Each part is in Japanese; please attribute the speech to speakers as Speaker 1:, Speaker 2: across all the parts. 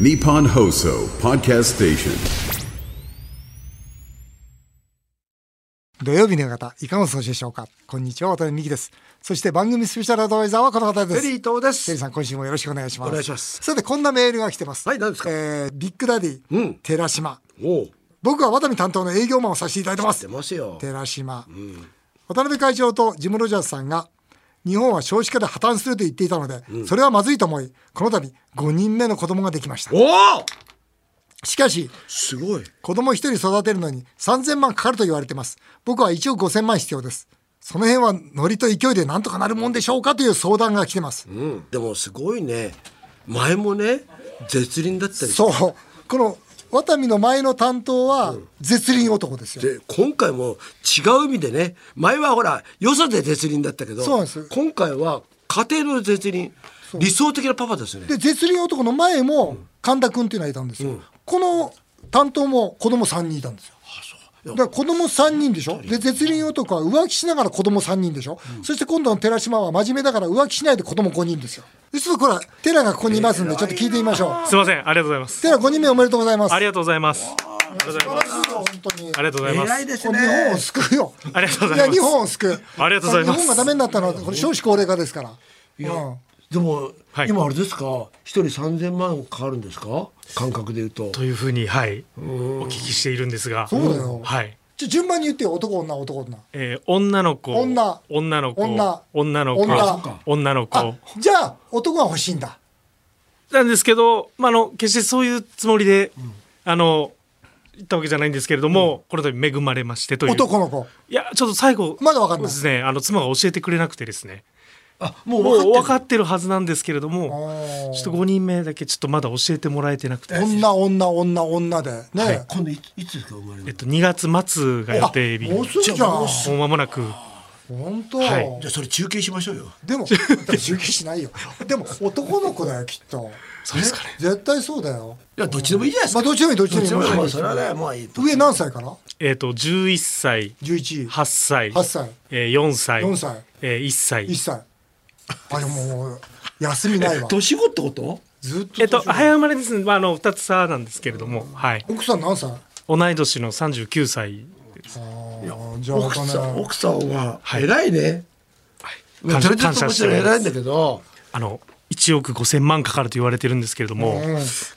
Speaker 1: Nippon Hoso Podcast Station.
Speaker 2: 土曜日の方、いかがお過ごしでしょうかこんにちは、渡辺美希です。そして番組スペシャルアドバイザーはこの方です。
Speaker 3: テリー伊藤です
Speaker 2: テリーさん、今週もよろしくお願いします。
Speaker 3: お願いします
Speaker 2: さて、こんなメールが来てます。
Speaker 3: はい何ですか
Speaker 2: えー、ビッグダディ、
Speaker 3: うん
Speaker 2: 寺島。
Speaker 3: おう
Speaker 2: 僕は渡辺担当の営業マンをさせていただいてます
Speaker 3: 出。ますよ
Speaker 2: 寺島、渡辺会長とジム・ロジャースさんが日本は少子化で破綻すると言っていたので、それはまずいと思いこの度5人目の子供ができました
Speaker 3: おお
Speaker 2: しかし
Speaker 3: すごい
Speaker 2: 子供一人育てるのに3000万かかると言われてます僕は1億5000万必要ですその辺はノリと勢いでなんとかなるもんでしょうかという相談が来てます、
Speaker 3: うんでもすごいね前もね絶倫だったりして
Speaker 2: そうこの渡辺の前の担当は絶倫男ですよ、
Speaker 3: で今回も違う意味でね前はほらよそで絶倫だったけど
Speaker 2: そうなんです
Speaker 3: 今回は家庭の絶倫理想的なパパですね
Speaker 2: で絶倫男の前も神田君っていうのがいたんですよ、この担当も子供3人いたんですよだから子供3人でしょで絶倫男は浮気しながら子供3人でしょ、そして今度の寺島は真面目だから浮気しないで子供5人ですよでちょっとこれは寺がここにいますんでちょっと聞いてみましょう
Speaker 4: すいません、ありがとうございます。
Speaker 2: 寺5人目おめでとうございます
Speaker 4: ありがとうございます。
Speaker 2: 素晴らしいよ本当に
Speaker 4: ありがとうございます。
Speaker 3: で
Speaker 2: これ日本を救うよ
Speaker 4: ありがとうございます
Speaker 2: や日本を救う
Speaker 4: ありがとうございます
Speaker 2: 日本がダメになったのはこれ少子高齢化ですからうん
Speaker 3: でも、
Speaker 4: はい
Speaker 3: 今あれですか一人3000万かかるんですか感覚で言うと
Speaker 4: というふうに、はい、お聞きしているんですが。
Speaker 2: そうだよ
Speaker 4: はい。
Speaker 2: ちょ順番に言ってよ男女男女
Speaker 4: えー、女の子。
Speaker 2: 女
Speaker 4: 女の子。
Speaker 2: 女
Speaker 4: 女の子。
Speaker 2: 女
Speaker 4: 女の
Speaker 2: あ
Speaker 4: 子。
Speaker 2: じゃあ男が欲しいんだ
Speaker 4: なんですけど、まあ、あの、決してそういうつもりで、あの、言ったわけじゃないんですけれども、この度恵まれましてという。
Speaker 2: 男の子
Speaker 4: いや、ちょっと最後。
Speaker 2: まだわかんない
Speaker 4: ですね。あの、妻が教えてくれなくてですね。
Speaker 3: あもう
Speaker 4: もう
Speaker 3: 分
Speaker 4: 分か
Speaker 3: かっ
Speaker 4: ってるはずなんですけれど
Speaker 2: あ
Speaker 4: も
Speaker 2: ー、
Speaker 4: ちょっと5人目だけちょっとまだ教えてもらえてなくて。
Speaker 2: 女女女女でね、
Speaker 3: てる今度いついつですか生まれるの
Speaker 4: えっと、2月末が予定日
Speaker 2: あもうすぐじゃん
Speaker 4: もう間もなく
Speaker 2: 本当、
Speaker 4: はい
Speaker 3: じゃあそれ中継しましょうよ
Speaker 2: でも受給しないよでも 男の子だよきっと
Speaker 4: そうですかね
Speaker 2: 絶対そうだよ
Speaker 3: いやどっちでもいいじゃないです
Speaker 2: ま
Speaker 3: か、
Speaker 2: あどっちでもいいどっちでもいい
Speaker 3: もいい
Speaker 2: まあ
Speaker 3: それはねまあいいと
Speaker 2: 上何歳から
Speaker 4: えっと11歳
Speaker 2: 11
Speaker 4: 8歳
Speaker 2: 8歳
Speaker 4: えー4歳
Speaker 2: 4歳
Speaker 4: えー1歳
Speaker 2: 1歳あでももう休みないわ
Speaker 3: 年子ってこと
Speaker 2: ずっと
Speaker 4: えっと早生まれですね、まあ、あの2つ差なんですけれども、はい、
Speaker 2: 奥さん何歳
Speaker 4: 同い年の39歳
Speaker 2: あーじゃあ
Speaker 3: 奥さん
Speaker 2: ね
Speaker 3: 奥さんは偉いね、まあそれちょっともちろん偉いんだけど
Speaker 4: あの1億5000万かかると言われてるんですけれども、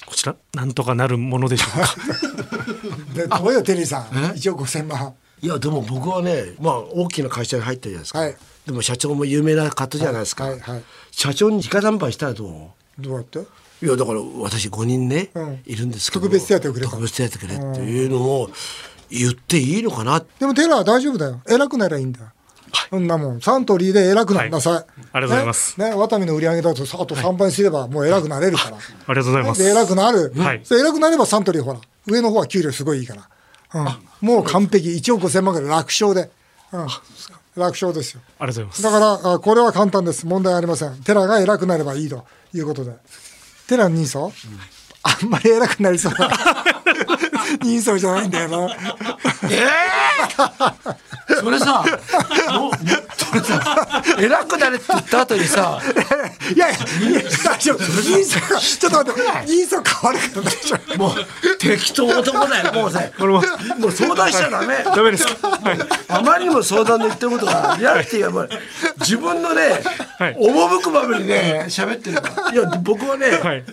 Speaker 4: こちらなんとかなるものでしょうか
Speaker 2: でどうよテリーさん1億5000万
Speaker 3: いやでも僕はねまあ大きな会社に入ったじゃないですか、
Speaker 2: はい
Speaker 3: でも社長も有名な方じゃないですか、
Speaker 2: はいはい
Speaker 3: 社長に直談判したらど
Speaker 2: どうやって
Speaker 3: ういやだから私5人ね、
Speaker 2: ん
Speaker 3: いるんですけど
Speaker 2: 特別手当くれと
Speaker 3: 特別手当くれっていうのを言っていいのかなって
Speaker 2: でもテラは大丈夫だよ。偉くならいいんだよ。そんなもん、サントリーで偉くなりなさい。
Speaker 4: はいありがとうございます
Speaker 2: ね、ねワタミの売り上げだと、あと3倍にすれば、もう偉くなれるから。
Speaker 4: ありがとうございます
Speaker 2: で、偉くなる。
Speaker 4: はい
Speaker 2: で偉くなればサントリー、ほら、上の方は給料すごいいいから。うん、もう完璧、1億5000万ぐらい楽勝で。うん、楽勝ですよ。
Speaker 4: ありがとうござい
Speaker 2: だ
Speaker 4: ます
Speaker 2: から、あこれは簡単です。問題ありません。テラが偉くなればいいということで。テラの人相、あんまり偉くなりそうな人相じゃないんだよな。
Speaker 3: それ さもうそれ さ偉くなれって言った後にさ
Speaker 2: いやいや、いや大丈夫。人相が、ちょっと待って、人相変わるから大丈
Speaker 3: もう適当男だよもうね
Speaker 4: これも
Speaker 3: もう相談しちゃダメ
Speaker 4: ダメですはい
Speaker 3: あまりにも相談の言ってることがリアリティがもう自分のね、
Speaker 4: はい
Speaker 3: 赴くままにね喋ってるからいや僕はね、
Speaker 4: はい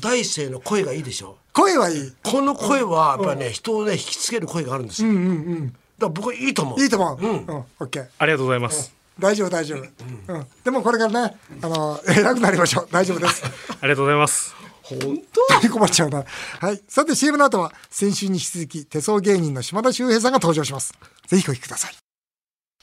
Speaker 3: 大勢の声がいいでしょ
Speaker 2: 夫。声はいい。
Speaker 3: この声はやっぱりね、人をね引きつける声があるんですよ、だから僕はいいと思う
Speaker 2: いいと思う。うん、オッケー。
Speaker 4: ありがとうございます
Speaker 2: 大丈夫、大丈夫。うん。でもこれからね、あの、偉くなりましょう。大丈夫です。
Speaker 4: ありがとうございます
Speaker 3: 本
Speaker 2: 困っちゃうな。はい。さて CM の後は、先週に引き続き、手相芸人の島田秀平さんが登場します。ぜひお聞きください。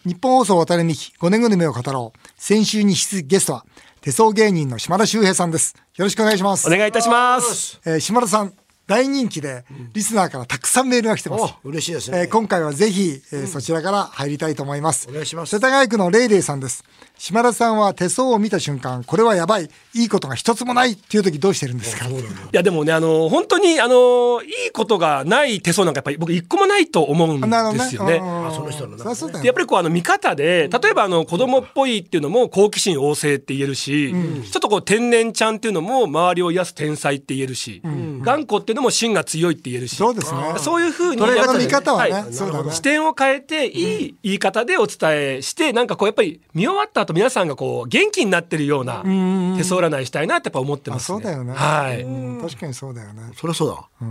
Speaker 2: 日本放送渡辺美希5年後の夢を語ろう。先週に引き続きゲストは、手相芸人の島田秀平さんです。よろしくお願いします。
Speaker 5: お願いいたします。
Speaker 2: えー島田さん、大人気で、リスナーからたくさんメールが来てます。
Speaker 3: お嬉しいですね
Speaker 2: えー今回はぜひ、えーそちらから入りたいと思います。
Speaker 3: お願いします
Speaker 2: 世田谷区のレイレイさんです。島田さんは手相を見た瞬間これはやばいいいことが一つもないっていう時どうしてるんですか
Speaker 5: いやでもねあの本当にあのいいことがない手相なんかやっぱり僕一個もないと思うん
Speaker 2: なるほど
Speaker 5: ですよね。
Speaker 2: うん
Speaker 3: あその人の中でね
Speaker 2: そりゃそうだよ
Speaker 5: でやっぱりこうあの見方で例えばあの子供っぽいっていうのも好奇心旺盛って言えるし、ちょっとこう天然ちゃんっていうのも周りを癒す天才って言えるし、頑固っていうのも芯が強いって言えるし、
Speaker 2: そうですね
Speaker 5: そういうふうに
Speaker 2: 捉え方の
Speaker 5: やっぱり
Speaker 2: 見方はね
Speaker 5: い
Speaker 2: そうだね
Speaker 5: 視点を変えていい言い方でお伝えして、なんかこうやっぱり見終わった後皆さんがこう元気になってるような手相占いしたいなってやっぱ思ってます、ね。
Speaker 2: あそうだよね
Speaker 5: はい。
Speaker 2: うん確かにそうだよね
Speaker 3: そりゃそうだ。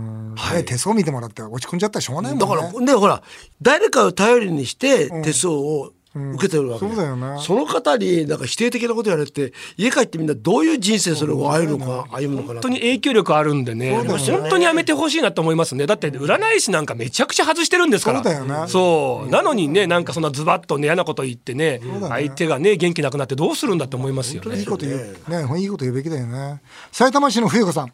Speaker 2: ね手相見てもらって落ち込んじゃったらしょうがないもん
Speaker 3: だ
Speaker 2: ね
Speaker 3: から、ね、ほら、誰かを頼りにして手相を受けてるわけ、
Speaker 2: うんそうだよね
Speaker 3: その方になんか否定的なことやられて、家帰ってみんなどういう人生それを歩むのか、歩むのかな
Speaker 5: 本当に影響力あるんでね
Speaker 3: そうですよね
Speaker 5: 本当にやめてほしいなと思いますねだって占い師なんかめちゃくちゃ外してるんですから
Speaker 2: そうだよね
Speaker 5: そうなのにねなんかそんなズバッとね嫌なこと言ってね相手がね元気なくなってどうするんだって思いますよ
Speaker 2: い
Speaker 5: ね
Speaker 2: いこと言う、ね、いいこと言うべきだよね。埼玉市の冬子さん。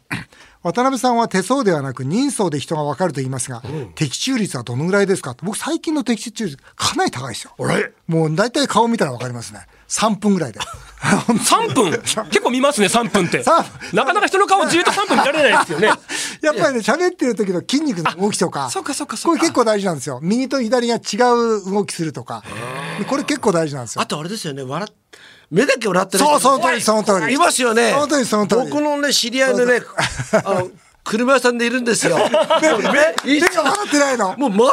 Speaker 2: 渡辺さんは手相ではなく人相で人がわかると言いますが、的中率はどのぐらいですか僕最近の的中率かなり高いですよ。
Speaker 3: あれ
Speaker 2: もう大体顔見たらわかりますね。3分ぐらいで。 本当
Speaker 5: 3分結構見ますね3分って
Speaker 2: さ
Speaker 5: なかなか人の顔じっと3分見られないですよね
Speaker 2: やっぱりね、喋ってる時の筋肉の動きとか。
Speaker 5: そうかそうかそ
Speaker 2: こ
Speaker 5: う
Speaker 2: れ
Speaker 5: か
Speaker 2: 結構大事なんですよ。右と左が違う動きするとか。これ結構大事なんですよ
Speaker 3: あ。とあれですよね、笑っ目だけ笑ってる
Speaker 2: そう、その通
Speaker 3: 怖
Speaker 2: り、
Speaker 3: い
Speaker 2: その通り。
Speaker 3: いますよね。
Speaker 2: その通り、その通り。
Speaker 3: 僕のね、知り合いのね、あの、車屋さんでいる んですよ。目、
Speaker 2: 目が笑ってないの。
Speaker 3: もう全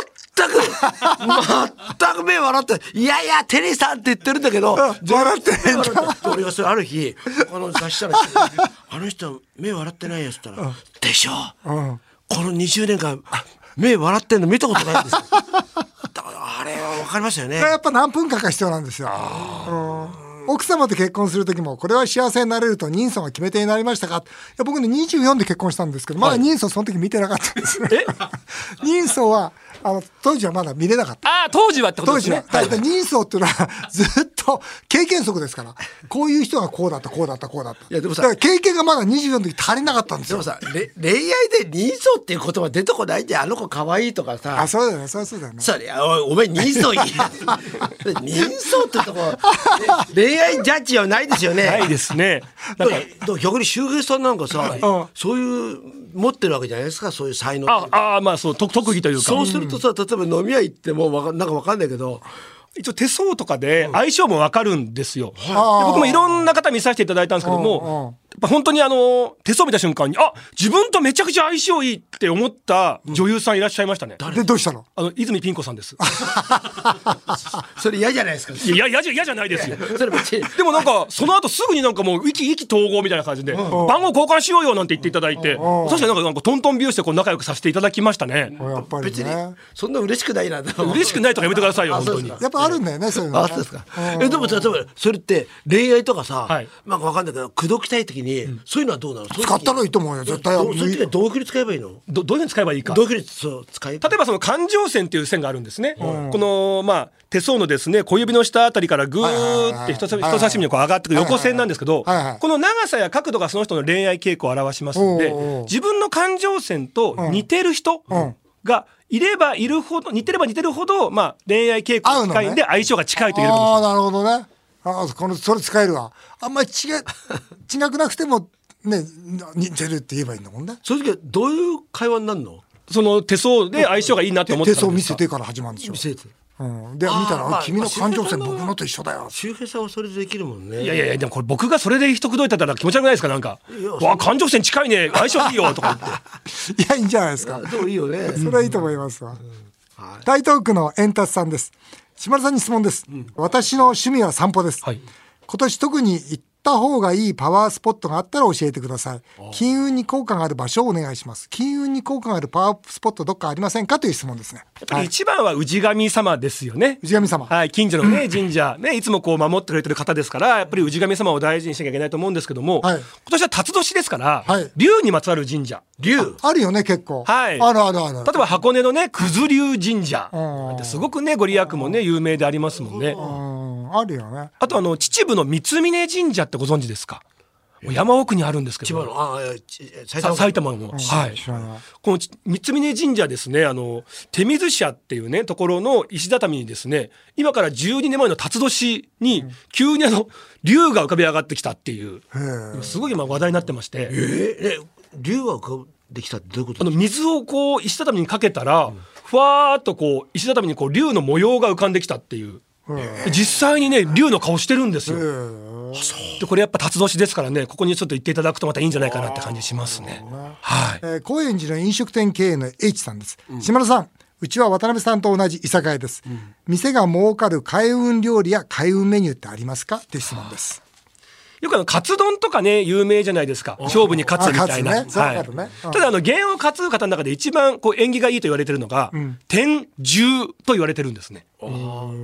Speaker 3: く、全く目笑ってない、いやいや、テリーさんって言ってるんだけど、
Speaker 2: 笑ってないんだ
Speaker 3: 全然目笑ってない俺がそれある日、あの雑誌社の人に、あの人目笑ってないよって言ったら、でしょ、
Speaker 2: ん
Speaker 3: この20年間、目笑ってんの見たことないんですよ。だからあれは分かりましたよ ね。
Speaker 2: やっぱ何分間か必要なんですよ。うん奥様と結婚する時もこれは幸せになれると人相が決め手になりましたかいや僕ね24で結婚したんですけどまだ人相その時見てなかったんです、 人相はあの当時はまだ見れなかった
Speaker 5: ああ当時はってこと
Speaker 2: 当
Speaker 5: です
Speaker 2: 時は
Speaker 5: ね
Speaker 2: だいたい人相っていうのは ずっと経験則ですからこういう人がこうだったこうだったこうだった
Speaker 3: いやでもさ
Speaker 2: だから経験がまだ24の時足りなかったんです
Speaker 3: で
Speaker 2: よ
Speaker 3: もさ、れ 恋愛で人相っていう言葉出てこないで、あの子可愛いとかさ
Speaker 2: あ。そうだよねそうそうだよね
Speaker 3: それおいお前人相いい 人相ってとこ、ね恋愛ジャッジはないですよね
Speaker 5: ないですね
Speaker 3: だからだから逆に周平さんなんかさ、そういう持ってるわけじゃないですかそういう才能ってい
Speaker 5: あ
Speaker 3: うか
Speaker 5: あーまあそう特特技というか
Speaker 3: そうするとさ例えば飲み屋行ってもわかなんかわかんないけ ど
Speaker 5: 一応手相とかで相性もわかるんですよ、
Speaker 2: あー
Speaker 5: で僕もいろんな方見させていただいたんですけど
Speaker 2: うんうん
Speaker 5: も、やっぱ本当にあの手相見た瞬間にあ自分とめちゃくちゃ相性いいって思った女優さんいらっしゃいましたね、
Speaker 2: でどうしたの
Speaker 5: あの泉ピン子さんです
Speaker 3: それ嫌じゃないですか
Speaker 5: いやいや嫌じゃ嫌じゃない ですよ
Speaker 3: それ別に
Speaker 5: でもなんかその後すぐになんかもう意気意気投合みたいな感じで番号交換しようよなんて言っていただいて確かになんかなんかトントン拍子でこう仲良くさせていただきましたね
Speaker 2: やっぱり
Speaker 3: 別に
Speaker 2: ね
Speaker 3: そんな嬉しくないなと
Speaker 5: 嬉しくないとかやめてくださいよ
Speaker 3: あ
Speaker 5: 本
Speaker 3: そう
Speaker 5: 当
Speaker 3: です
Speaker 5: に
Speaker 3: か
Speaker 2: やっぱあるんだよねそういうのね
Speaker 3: あそうですか。えでも例えばそれって恋愛とかさ、
Speaker 5: はい
Speaker 3: なんかわかんないけど口説きたい時に、そういうのはどうなの？使
Speaker 2: 使ったらいいと思うよ絶対
Speaker 3: そういう時はどういうふうに使えばいいの？
Speaker 5: どどういうふうに使えばいいか
Speaker 3: どういうふうにそう使えば
Speaker 5: 例えばその環状線っていう線があるんですね、この、まあ、手相のですね小指の下あたりからぐーって人差し人差し指にこう上がってくる横線なんですけど、
Speaker 2: はいはいはい
Speaker 5: この長さや角度がその人の恋愛傾向を表しますので
Speaker 2: おうおう
Speaker 5: 自分の環状線と似てる人がいればいるほど似てれば似てるほど、まあ、恋愛傾向が近いんで
Speaker 2: 合うのね
Speaker 5: 相性が近いと言えるかもしれ
Speaker 2: ああーな
Speaker 5: ない。
Speaker 2: るほどねああこのそれ使えるわあんまり違う違くなくてもね似てるって言えばいいんだもんね
Speaker 3: そういう時はどういう会話になるの？
Speaker 5: その手相で相性がいいなと
Speaker 2: 手
Speaker 5: 思ってた
Speaker 2: 相
Speaker 5: ん
Speaker 2: 見
Speaker 5: です
Speaker 2: せ
Speaker 5: か
Speaker 2: てから始まるんでしょ
Speaker 3: 見、せて。
Speaker 2: うん、で見たら、
Speaker 3: まあ
Speaker 2: 君の感情線
Speaker 3: まあ
Speaker 2: 僕のと一緒だよ
Speaker 3: 周平さんはそれでできるもんね。
Speaker 5: いやいやいやでもこれ僕がそれで人くどいたら気持ち悪くないですかなんか「わあ環状線近いね相性いいよ」とか言って。
Speaker 2: いやいいんじゃないですか
Speaker 3: でもいいよね。
Speaker 2: それはいいと思いますわ、台東区の円達さんです島田さんに質問です、私の趣味は散歩です、
Speaker 5: はい
Speaker 2: 今年特に行った方がいいパワースポットがあったら教えてください金運に効果がある場所をお願いします金運に効果があるパワースポットどっかありませんかという質問ですね
Speaker 5: やっぱり一番は氏神様ですよね。
Speaker 2: 氏神様
Speaker 5: はい、近所のね、神社、ね、いつもこう守ってくれてる方ですから、やっぱり氏神様を大事にしなきゃいけないと思うんですけども、
Speaker 2: はい
Speaker 5: 今年は辰年ですから、
Speaker 2: はい
Speaker 5: 龍にまつわる神社。
Speaker 3: 竜。
Speaker 2: あるよね結構、
Speaker 5: はい。
Speaker 2: あるあるある
Speaker 5: 例えば箱根のね、九頭龍神社。ってすごくね、ご利益もね、有名でありますもんね。
Speaker 2: うんあるよね
Speaker 5: あとあの、秩父の三峯神社ってご存知ですかもう山奥にあるんですけ
Speaker 3: 千
Speaker 5: ど
Speaker 3: 葉の、ああ、ち埼
Speaker 5: さ
Speaker 3: 玉。
Speaker 5: 埼玉の、はい
Speaker 2: 知らない
Speaker 5: このち三峯神社ですねあの手水社っていうねところの石畳にですね今から12年前の辰年に急にあの竜が浮かび上がってきたっていうすごい今話題になってまして、
Speaker 3: ええ、竜が浮かんできたってどういうこと
Speaker 5: あの水をこう石畳にかけたら、ふわーっとこう石畳にこう竜の模様が浮かんできたっていう、実際にね竜の顔してるんですよ、でこれやっぱ辰年ですからねここにちょっと行っていただくとまたいいんじゃないかなって感じしますねはい
Speaker 2: えー高円寺の飲食店経営の H さんです、島田さんうちは渡辺さんと同じ居酒屋です、店が儲かる開運料理や開運メニューってありますかって質問です
Speaker 5: よくあのカツ丼とかね有名じゃないですか勝負に勝つみたいな、
Speaker 2: あカツねそう
Speaker 5: はい
Speaker 2: カツねうん
Speaker 5: ただあの弦を担ぐ方の中で一番こう縁起がいいと言われてるのが、天獣と言われてるんですね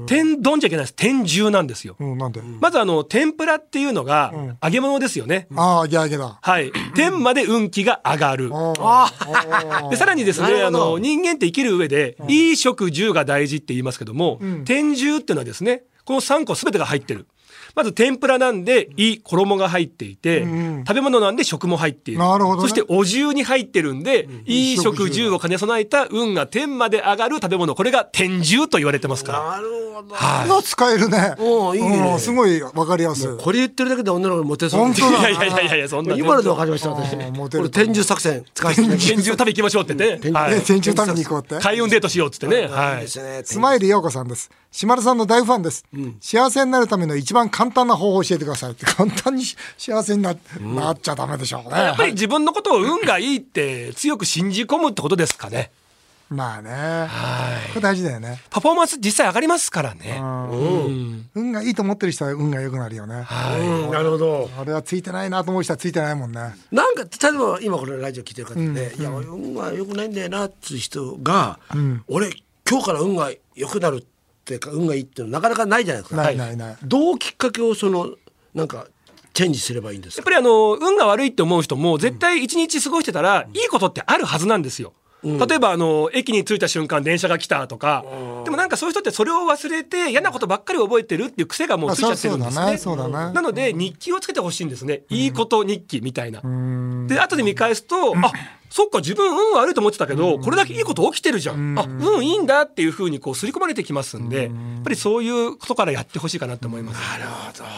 Speaker 5: 天丼じゃいけないです天獣なんですよ、
Speaker 2: うんなんで、
Speaker 5: まずあの天ぷらっていうのが揚げ物ですよね、
Speaker 2: ああギャーギャーだ
Speaker 5: はい、天まで運気が上がる。でさらにです
Speaker 3: な
Speaker 5: ね
Speaker 3: る
Speaker 5: あ
Speaker 3: ほど
Speaker 5: の人間って生きる上で衣食住が大事って言いますけども、天獣っていうのはですねこの3個全てが入ってる。まず天ぷらなんで衣衣が入っていて、食べ物なんで食も入っている
Speaker 2: なるほどね
Speaker 5: そしてお重に入ってるんで、衣食住を兼ね備えた運が天まで上がる食べ物これが天獣と言われてますから。
Speaker 3: なるほ
Speaker 2: こ
Speaker 3: ど。
Speaker 2: れは使えるね
Speaker 3: おーいいね
Speaker 2: うんすごいわかりやすい
Speaker 3: これ言ってるだけで女の子にモテそう
Speaker 2: 本当だ
Speaker 5: いやいやいやいやいやそんな
Speaker 3: 今ので分かりました私
Speaker 2: あーモ
Speaker 3: こ
Speaker 2: テる
Speaker 3: れ天獣作戦使わせていただき
Speaker 5: 天獣食べ行きましょうってね、は
Speaker 2: ね
Speaker 5: い、
Speaker 2: 天中食べに行こうって
Speaker 5: 開運デートしようっつってね、は
Speaker 3: ま
Speaker 5: い
Speaker 3: す、ね
Speaker 2: スマイル陽子さんです。島田さんの大ファンです。幸せになるための一番簡単な方法を教えてくださいって。簡単にし幸せにな,、なっちゃダメでしょう
Speaker 5: やっぱ
Speaker 2: ね。
Speaker 5: り自分のことを運がいいって強く信じ込むってことですかね。
Speaker 2: まあね。これ大事だよね。
Speaker 5: パフォーマンス実際上がりますからね。
Speaker 2: 運がいいと思ってる人は運が良くなるよね。
Speaker 3: うんなるほど
Speaker 2: 俺はついてないなと思う人はついてないもんね。
Speaker 3: なんか例えば今これラジオ聞いてる方で「いや運が良くないんだよな」っつう人が「俺今日から運が良くなる」っていうか運がいいっていうのなかなかないじゃないですか
Speaker 2: ない
Speaker 3: は
Speaker 2: ないない
Speaker 3: どうきっかけをそのなんかチェンジすればいいんです
Speaker 5: やっ
Speaker 3: か
Speaker 5: ぱりあの運が悪いって思う人も絶対一日過ごしてたらいいことってあるはずなんですよ。例えばあの駅に着いた瞬間電車が来たとかでもなんかそういう人ってそれを忘れて嫌なことばっかり覚えてるっていう癖がもうついちゃってるんで
Speaker 2: あ
Speaker 5: す
Speaker 2: そう
Speaker 5: ね。
Speaker 2: そうだねそうだね
Speaker 5: なので日記をつけてほしいんですね、いいこと日記みたいな。で後で見返すと、あそっか自分運悪いと思ってたけど、これだけいいこと起きてるじゃん、あ運いいんだっていうふうにこう刷り込まれてきますんで、やっぱりそういうことからやってほしいかなと思います。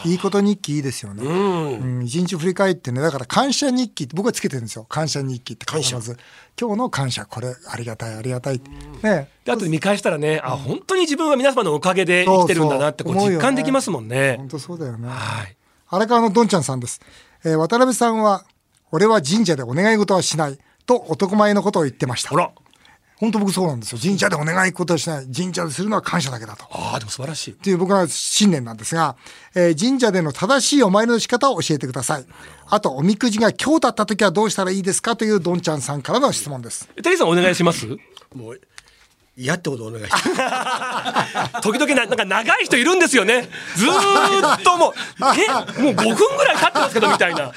Speaker 2: いいこと日記いいですよね。うん一日振り返ってね、だから感謝日記って僕はつけてるんですよ。感謝日記って必ず。今日の感謝、これありがたいありがたいって。ね。
Speaker 5: で後で見返したらね、あ本当に自分は皆様のおかげで生きてるんだなってこう
Speaker 2: そうそう
Speaker 5: 実感できますもんね。
Speaker 2: 本当そうだよね。
Speaker 5: はい。
Speaker 2: 荒川のどんちゃんさんです、えー渡辺さんは「俺は神社でお願い事はしない」と男前のことを言ってました
Speaker 5: ほら、
Speaker 2: 本当僕そうなんですよ神社でお願い事はしない神社でするのは感謝だけだとっ
Speaker 5: ああでも素晴らしい。
Speaker 2: ていう僕は信念なんですが、えー神社での正しいお参りの仕方を教えてくださいあとおみくじが今日だった時はどうしたらいいですかというどんちゃんさんからの質問です
Speaker 5: テリーさんお願いします。
Speaker 3: もう嫌ってことお願いして
Speaker 5: 時々ななんか長い人いるんですよね。ずーっともうえもう5分ぐらい経ってますけどみたいな。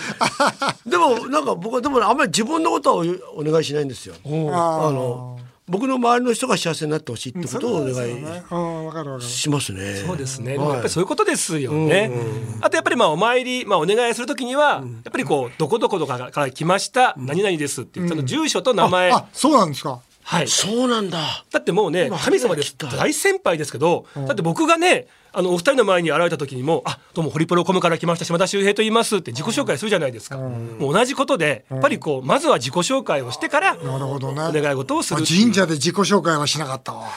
Speaker 3: でもなんか僕はでもあんまり自分のことはおお願いしないんですよ
Speaker 2: あ
Speaker 3: あの僕の周りの人が幸せになってほしいってことをお願い
Speaker 2: うんわかるわかる
Speaker 3: しますね。
Speaker 5: そうですね。
Speaker 3: はい
Speaker 5: やっぱりそういうことですよね。あとやっぱりまあお参り、まあお願いするときには、やっぱりこう、どこどこどこから来ました、何々ですっていう、その住所と名前。
Speaker 2: あそうなんですか
Speaker 5: はい。
Speaker 3: そうなんだ。
Speaker 5: だってもうね
Speaker 3: 今
Speaker 5: 神様です
Speaker 3: 初めて聞いた
Speaker 5: 大先輩ですけど、だって僕がねあのお二人の前に現れた時にも「あどうもホリプロコムから来ました島田秀平と言います」って自己紹介するじゃないですか、もう同じことでやっぱりこうまずは自己紹介をしてから
Speaker 2: なるほどね
Speaker 5: お願い事をする
Speaker 2: あ神社で自己紹介はしなかったわ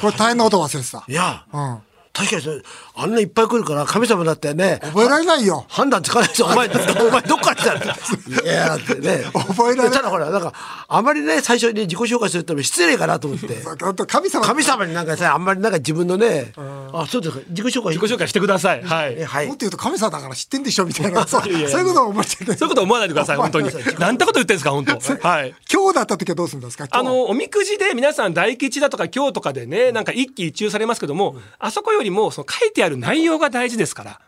Speaker 2: これ大変なこと忘れてた
Speaker 3: いや、
Speaker 2: うん
Speaker 3: 確かにそれあんないっぱい来るから神様だってね。
Speaker 2: 覚えられないよ
Speaker 3: 判断つかないですよ。お前、お前どっから来たんだ いや、だってね。
Speaker 2: 覚えられない
Speaker 3: ただほら、なんか、あまりね、最初に自己紹介するってのも失礼かなと思って。
Speaker 2: 本当神様
Speaker 3: 神様になんかさ、あんまりなんか自分のね、あ、そうですか、自己紹介。
Speaker 5: 自己紹介してくださいはい
Speaker 3: えはい
Speaker 2: もっと。言うと神様だから知ってんでしょみたいなそうそう
Speaker 5: い
Speaker 2: い
Speaker 5: や
Speaker 2: うことを思っちゃって
Speaker 5: そういうこと思わないでく ださい本当になんてこと言ってるんですか本当はい
Speaker 2: 今日だった時はどうするんですか
Speaker 5: あ
Speaker 2: 今日
Speaker 5: のおみくじで皆さん大吉だとか今日とかでねなんか一喜一憂されますけども、あそこよりもその書いてある内容が大事ですから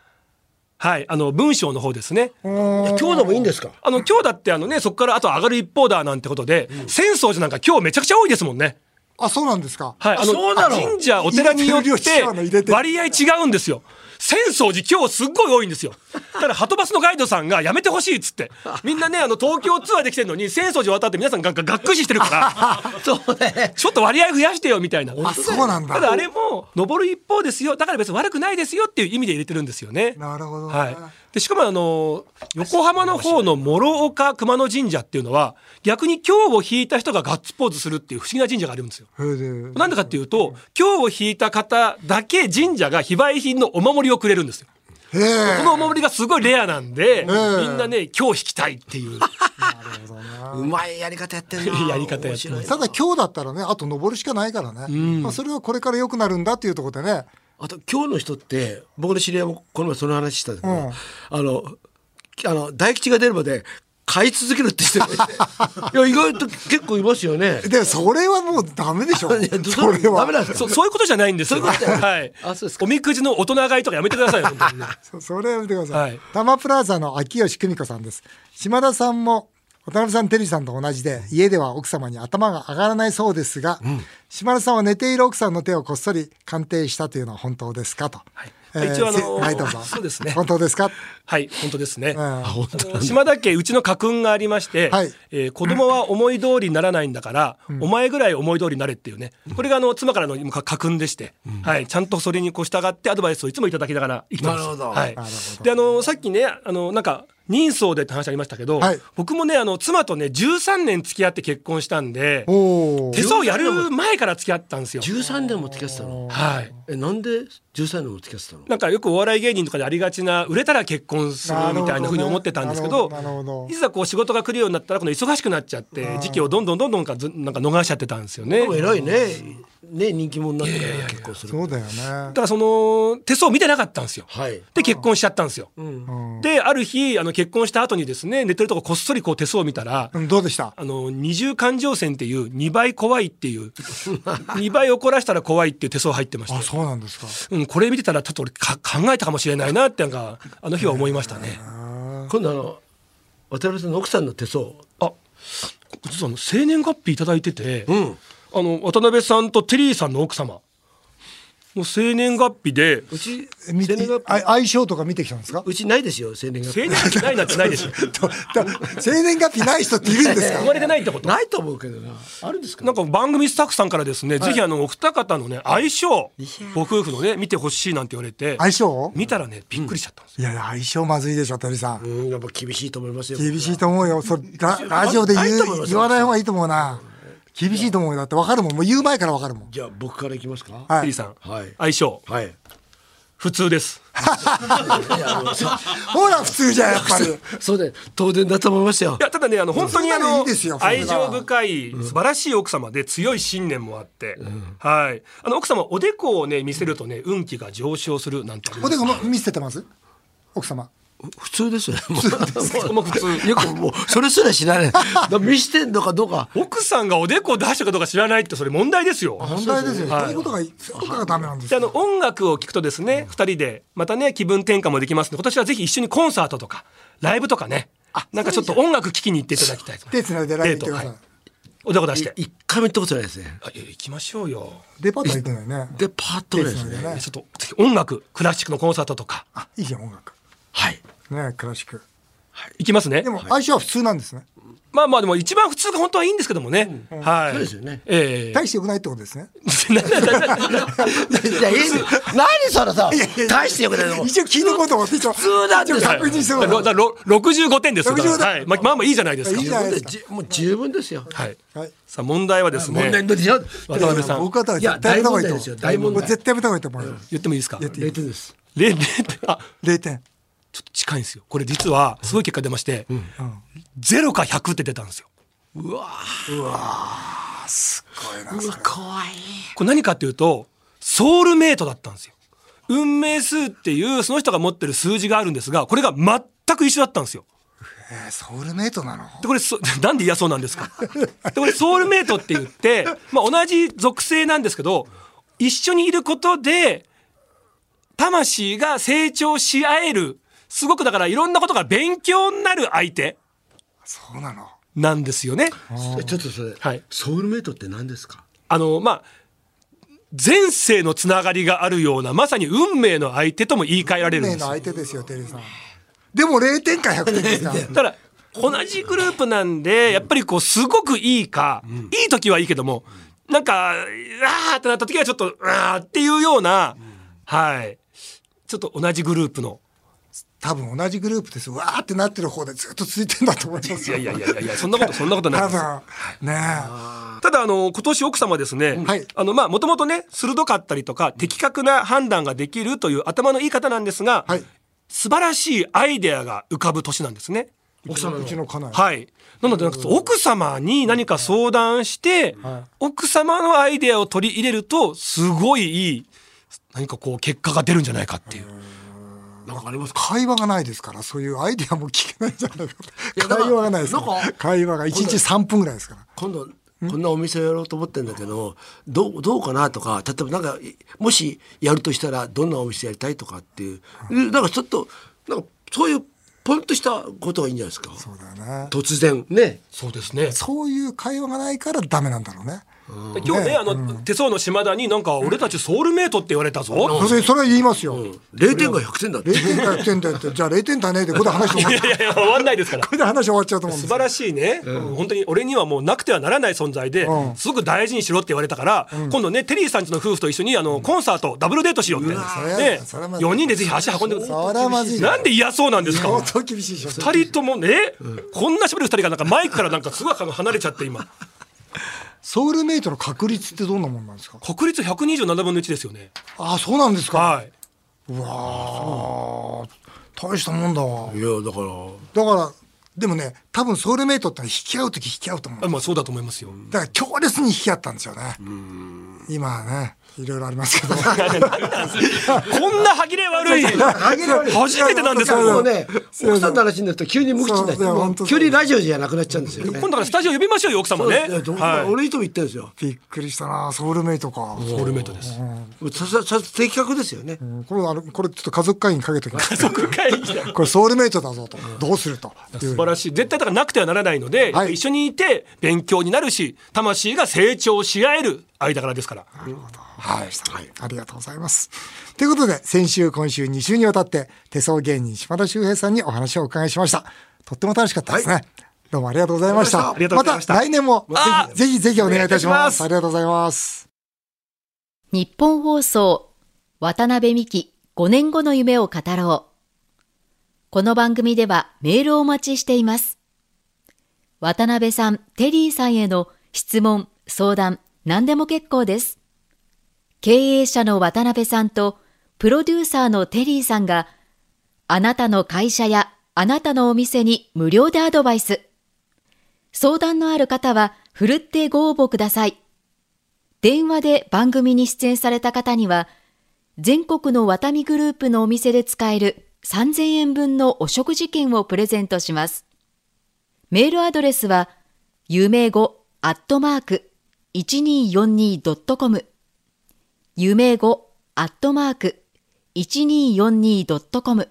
Speaker 5: はいあの文章の方ですね
Speaker 3: いや今日でもいいんですか
Speaker 5: あの今日だってあのねそこからあと上がる一方だなんてことで、浅草寺なんか今日めちゃくちゃ多いですもんね。
Speaker 2: あそうなんですか
Speaker 5: はい、あの
Speaker 3: そうなの
Speaker 5: 神社お寺によっ
Speaker 2: 入れてる量違うの入れて
Speaker 5: て
Speaker 2: る
Speaker 5: 割合違うんですよ。浅草寺今日すっごい多いんですよただはとバスのガイドさんがやめてほしいっつってみんなねあの東京ツアーで来てるのに浅草寺渡って皆さんがががっくししてるから そうねちょっと割合増やしてよみたいな
Speaker 2: あそうなんだ
Speaker 5: ただあれも登る一方ですよだから別に悪くないですよっていう意味で入れてるんですよね
Speaker 2: なるほどね
Speaker 5: はい、でしかもあの横浜の方の諸岡熊野神社っていうのは逆に今日を引いた人がガッツポーズするっていう不思議な神社があるんですよ
Speaker 2: それで
Speaker 5: なんでかっていうと今日を引いた方だけ神社が非売品のお守りをくれるんですよ
Speaker 2: へえ
Speaker 5: このお守りがすごいレアなんで、みんなね今日引きたいっていう
Speaker 3: うまいやり方やってる
Speaker 5: いい
Speaker 3: な
Speaker 5: やり方やってます
Speaker 3: 面白い
Speaker 2: ただ今日だったらねあと登るしかないからね、まあ、それはこれから良くなるんだっていうところでね
Speaker 3: あと今日の人って僕の知り合いもこの前その話したんだけど、
Speaker 2: うん
Speaker 3: あのきあの大吉が出るまで買い続けるって人がいていや意外と結構いますよね。
Speaker 2: でそれはもうダメでしょそ
Speaker 3: い
Speaker 2: れ
Speaker 3: やそれ
Speaker 2: は
Speaker 3: ダメなんです
Speaker 5: そ
Speaker 3: か
Speaker 5: そういうことじゃないんですよはい
Speaker 3: あそうですか
Speaker 5: おみくじの大人買いとかやめてくださいよ本当にね
Speaker 2: そそれはやめてください、
Speaker 5: はい
Speaker 2: タマプラザの秋吉久美子さんです島田さんも渡辺さん照司さんと同じで家では奥様に頭が上がらないそうですが、島田さんは寝ている奥さんの手をこっそり鑑定したというのは本当ですかと、
Speaker 5: 一応あの
Speaker 2: せはいどうぞ
Speaker 5: そうですね
Speaker 2: 本当ですか
Speaker 5: はい本当ですね、
Speaker 2: んあ
Speaker 5: あの島田家うちの家訓がありまして、
Speaker 2: はい
Speaker 5: えー子供は思い通りにならないんだから、お前ぐらい思い通りになれっていうねこれがあの妻からの今家訓でして、はい、ちゃんとそれにこう従ってアドバイスをいつもいただきながら生きてます
Speaker 3: なるほど
Speaker 5: はい、であのさっきねあのなんか人相でって話ありましたけど、
Speaker 2: はい
Speaker 5: 僕もねあの妻とね13年付き合って結婚したんで
Speaker 2: おー
Speaker 5: 手相やる前から付き合ったんですよ。
Speaker 3: 13年も付き合ってたの。
Speaker 5: はい
Speaker 3: えなんで13年も付き合ってたの。
Speaker 5: なんかよくお笑い芸人とかでありがちな売れたら結婚するみたいなふうに思ってたんですけど
Speaker 2: なるほどね
Speaker 5: いざこう仕事が来るようになったらこの忙しくなっちゃって時期をどんどんどんどんかずなんか逃しちゃってたんですよね。
Speaker 3: でも偉いね。ね人気者になってから結婚する。
Speaker 2: そうだよね
Speaker 5: だからその手相見てなかったんですよ。
Speaker 3: はい。
Speaker 5: で結婚しちゃったんですよ。
Speaker 2: ん
Speaker 5: である日あの結婚した後にですね寝てるとここっそりこう手相見たら。
Speaker 2: うんどうでした
Speaker 5: あの二重感情線っていう2倍怖いっていう 2倍怒らしたら怖いっていう手相入ってまし
Speaker 2: あ
Speaker 5: た
Speaker 2: そうなんですか
Speaker 5: うん、これ見てたらちょっと俺か考えたかもしれないなってなんかあの日は思いましたね。
Speaker 3: 今度あの渡辺さんの奥さんの手相。
Speaker 5: あ実はあの生年月日いただいてて、
Speaker 3: ん
Speaker 5: あの渡辺さんとテリーさんの奥様の生年月日で
Speaker 3: うち生
Speaker 2: み
Speaker 3: 年月日
Speaker 2: あ相性とか見てきたんですか
Speaker 3: うちないですよ生年月
Speaker 5: 生
Speaker 3: 日。
Speaker 5: 年月日ないなんてない でしょ
Speaker 2: とだ 生年月日ない人っているんですか
Speaker 5: 生まれてないってこと
Speaker 3: ないと思うけどな。あるんですか。
Speaker 5: なんか番組スタッフさんからですね、ぜひあのお二方のね相性ご夫婦のね見てほしいなんて言われて
Speaker 2: 相性
Speaker 5: 見たらねびっくりしちゃったんですよ、
Speaker 2: いやいや相性まずいでしょ鳥さん
Speaker 3: うんやっぱ厳しいと思いますよ。
Speaker 2: 厳しいと思うよそれララジオで言
Speaker 3: ないと思いうます
Speaker 2: 言わない方がいいと思うな厳しいと思うよだって分かるもんもう言う前から分かるもん
Speaker 3: じゃあ僕からいきますか。
Speaker 2: はい
Speaker 5: テリーさん、
Speaker 3: はい
Speaker 5: 相性
Speaker 3: はい。い
Speaker 5: 普通です
Speaker 3: やもうそ
Speaker 2: ほら普通じゃんやっぱり
Speaker 3: そうで当然だと思いますよ
Speaker 5: い。やただねあの本当にあ
Speaker 2: そんなの
Speaker 5: の
Speaker 2: いいですよそれ
Speaker 5: 愛
Speaker 2: は
Speaker 5: 情深い素晴らしい奥様で強い信念もあって、はいあの奥様おでこをね見せるとね運気が上昇するなんてありま
Speaker 2: おで
Speaker 5: す
Speaker 2: こも見せてます奥様
Speaker 3: 普通ですよね。も
Speaker 5: もう普通
Speaker 3: うよくもうそれすら知らない。だから見してんのかどうか。
Speaker 5: 奥さんがおでこを出したかどうか知らないってそれ問題ですよ。
Speaker 2: 問題ですよ
Speaker 5: はい
Speaker 2: そういうことがそういうことがダメなんです
Speaker 5: であ
Speaker 2: よ
Speaker 5: の音楽を聴くとですね、二人でまたね気分転換もできますので今年はぜひ一緒にコンサートとかライブとかねなんかちょっと音楽聴きに行っていただきたいと思い
Speaker 2: 手
Speaker 5: ます
Speaker 2: つないでライブ行ってくだ
Speaker 5: デート
Speaker 2: さ
Speaker 5: はいおでこ出して
Speaker 3: い一回も行ったことないですね。
Speaker 5: あいや行きましょうよ
Speaker 2: デパートは行ってないね
Speaker 3: でパーッとぐらいですね。
Speaker 5: ちょっとぜひ音楽クラシックのコンサートとか
Speaker 2: あいいじゃん音楽
Speaker 3: はい。
Speaker 2: ねクラシック
Speaker 5: 行きますね
Speaker 2: でも相性は普通なんですね
Speaker 5: まあまあでも一番普通が本当はいいんですけどもね。はい。
Speaker 3: そうですよね
Speaker 5: ええ
Speaker 2: 大して良くないってことですね
Speaker 3: いやいいです 何それさ大してよくないの。
Speaker 2: 一応聞いてこうと思って一応
Speaker 3: 普通なんですよ
Speaker 2: 一応確認する
Speaker 5: ろ だろ65点ですよ。だ
Speaker 2: 65
Speaker 5: からはい。まあまあまあいいじゃないですか。
Speaker 2: いいじゃないですか
Speaker 3: じもう十分ですよ。
Speaker 5: はい。
Speaker 2: はい
Speaker 5: さあ問題はです
Speaker 3: 問題
Speaker 5: ね。
Speaker 3: のでしょ。
Speaker 5: 渡辺さん
Speaker 2: 僕はだから絶対やめた方がいいと思う
Speaker 3: いや大問題ですよ大問題
Speaker 2: これ絶対やめた方がいいと思うよ
Speaker 5: 言ってもいいですか。
Speaker 3: 0点です。
Speaker 5: 零零点あ
Speaker 2: 0点
Speaker 5: ちょっと近いんですよ。これ実はすごい結果出まして、ゼロか100って出たんですよ。
Speaker 3: うわ怖い。
Speaker 5: これ何かっていうとソウルメイトだったんですよ。運命数っていうその人が持ってる数字があるんですが、これが全く一緒だったんですよ。
Speaker 2: えーソウルメイトなの
Speaker 5: でこれそなんで嫌そうなんですかでこれソウルメイトって言って、まあ、同じ属性なんですけど一緒にいることで魂が成長し合えるすごくだからいろんなことが勉強になる相手
Speaker 2: そうなの
Speaker 5: なんですよね。
Speaker 3: ちょっとそれ、
Speaker 5: はい
Speaker 3: ソウルメイトって何ですか。
Speaker 5: あのまあ前世のつながりがあるようなまさに運命の相手とも言い換えられるん
Speaker 2: 名
Speaker 5: です
Speaker 2: の
Speaker 5: よ
Speaker 2: 相手ですよ、テリーさん。でも0点か100点ですから。
Speaker 5: ただ同じグループなんでやっぱりこうすごくいいか、いい時はいいけどもなんかあーってなった時はちょっとあーっていうような、はいちょっと同じグループの
Speaker 2: 多分同じグループです。わーってなってる方でずっと続いてんだと思います
Speaker 5: い
Speaker 2: よ。
Speaker 5: やいやいやいやそんなことそんなことない
Speaker 2: 多
Speaker 5: です
Speaker 2: 分、ね
Speaker 5: ただあの今年奥様ですね、
Speaker 2: はい
Speaker 5: あのまあもともとね鋭かったりとか的確な判断ができるという頭のいい方なんですが、
Speaker 2: はい
Speaker 5: 素晴らしいアイデアが浮かぶ年なんですね。
Speaker 3: 奥様
Speaker 2: え。う
Speaker 3: の
Speaker 2: ちの家内。
Speaker 5: はい、なのでなんか奥様に何か相談して、奥様のアイデアを取り入れるとすごいいい何かこう結果が出るんじゃないかっていう。
Speaker 3: なんかありますか
Speaker 2: 会話がないですから、そういうアイデアも聞けないじゃない
Speaker 3: い
Speaker 2: です
Speaker 3: や
Speaker 2: か。
Speaker 3: だから
Speaker 2: 会話がないですか
Speaker 3: なん
Speaker 2: ら。
Speaker 3: か
Speaker 2: 会話が1日3分ぐらいですから。
Speaker 3: 今度こんなお店をやろうと思ってんだけどどうどうかなとか例えばなんかいもしやるとしたらどんなお店やりたいとかっていう、なんかちょっとなんかそういうポンとしたことがいいんじゃないですか
Speaker 2: そうだよね。
Speaker 3: 突然ね
Speaker 5: そうですね
Speaker 2: そういう会話がないからダメなんだろうね。
Speaker 5: 今日ねあの、手相の島田になんか俺たちソウルメイトって言われたぞ、
Speaker 2: それそれは言いますよ。
Speaker 3: 0点が100点だって
Speaker 2: 0点か100点だよって、じゃあ0点だねで、ここで話 終わっ
Speaker 5: いやいや終わんないで すから
Speaker 2: これで話終わっちゃうと思うんで
Speaker 5: 素
Speaker 2: すよ
Speaker 5: 晴らしいね、本当に俺にはもうなくてはならない存在で、
Speaker 2: うん
Speaker 5: すごく大事にしろって言われたから、今度ねテリーさんちの夫婦と一緒にあのコンサートダブルデートしようって、
Speaker 2: わ
Speaker 5: ね
Speaker 2: それはまずい
Speaker 5: 4人でぜひ足運んでくだ
Speaker 2: そ
Speaker 5: さ
Speaker 2: れはまずい
Speaker 5: い
Speaker 2: よ
Speaker 5: なんで嫌そうなんですか
Speaker 2: 相当厳しいでしょ。
Speaker 5: 二人ともね、こんな喋る二人がなんかマイクからなんかすごい離れちゃって今
Speaker 2: ソウルメイトの確率ってどんなもんなんですか
Speaker 5: 国立127分の1ですよね
Speaker 2: ああ、そうなんですか。
Speaker 5: はいう
Speaker 2: わー大したもんだわ。
Speaker 3: いやだから
Speaker 2: だから、でもね、多分ソウルメイトってのは引き合うとき引き合うと思う。
Speaker 5: あ
Speaker 2: だ
Speaker 5: まあそうだと思いますよ、
Speaker 2: から強烈に引き合ったんですよね。今はね、いろいろありますけ ど。
Speaker 5: こんな歯切れ悪い初めてなんです
Speaker 2: いやいや
Speaker 5: よ
Speaker 3: もうね奥さんの話になると急に無口になっ
Speaker 2: そういや本
Speaker 3: て
Speaker 2: 当
Speaker 3: 急にラジオじゃなくなっちゃうんですよね
Speaker 5: 今度からスタジオ呼びましょうよ奥様ね
Speaker 3: いやどう
Speaker 5: はい
Speaker 3: 俺いつも言ってるんですよ
Speaker 2: びっくりしたな、ソウルメイトか。
Speaker 5: ソウルメイトです
Speaker 3: さささ的確ですよね
Speaker 2: これ、あの、これちょっと家族会議にかけとき ます。
Speaker 5: 即会議だ
Speaker 2: これソウルメイトだぞと。どうするという。
Speaker 5: 素晴らしい絶対だからなくてはならないので、
Speaker 2: はい
Speaker 5: 一緒にいて勉強になるし魂が成長し合える間柄ですから
Speaker 2: はい、ありがとうございます。ということで、先週、今週、2週にわたって、手相芸人、島田秀平さんにお話をお伺いしました。とっても楽しかったですね。どうもありがとうございました。
Speaker 3: あ
Speaker 5: りがとうございました
Speaker 2: 来年も
Speaker 5: あ、
Speaker 2: ぜひ、ぜひぜひお願いいたし
Speaker 5: お願いい
Speaker 2: ま。
Speaker 5: たしますす
Speaker 2: ありがとうございます。
Speaker 6: 日本放送渡辺美希5年後の夢を語ろうこの番組ではメールをお待ちしています渡辺さん、テリーさんへの質問、相談、何でも結構です経営者の渡辺さんとプロデューサーのテリーさんがあなたの会社やあなたのお店に無料でアドバイス相談のある方はふるってご応募ください電話で番組に出演された方には、全国のワタミグループのお店で使える3000円分のお食事券をプレゼントします。メールアドレスは、有名語アットマーク 1242.com 有名語アットマーク 1242.com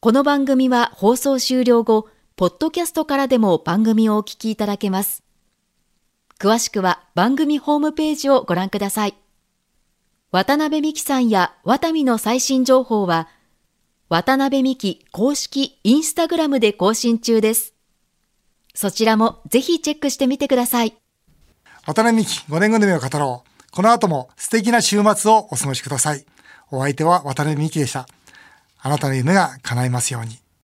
Speaker 6: この番組は放送終了後、ポッドキャストからでも番組をお聞きいただけます。詳しくは番組ホームページをご覧ください。渡辺美希さんやワタミの最新情報は、渡辺美希公式インスタグラムで更新中です。そちらもぜひチェックしてみてください。
Speaker 2: 渡辺美希、5年後の夢を語ろう。この後も素敵な週末をお過ごしください。お相手は渡辺美希でした。あなたの夢が叶いますように。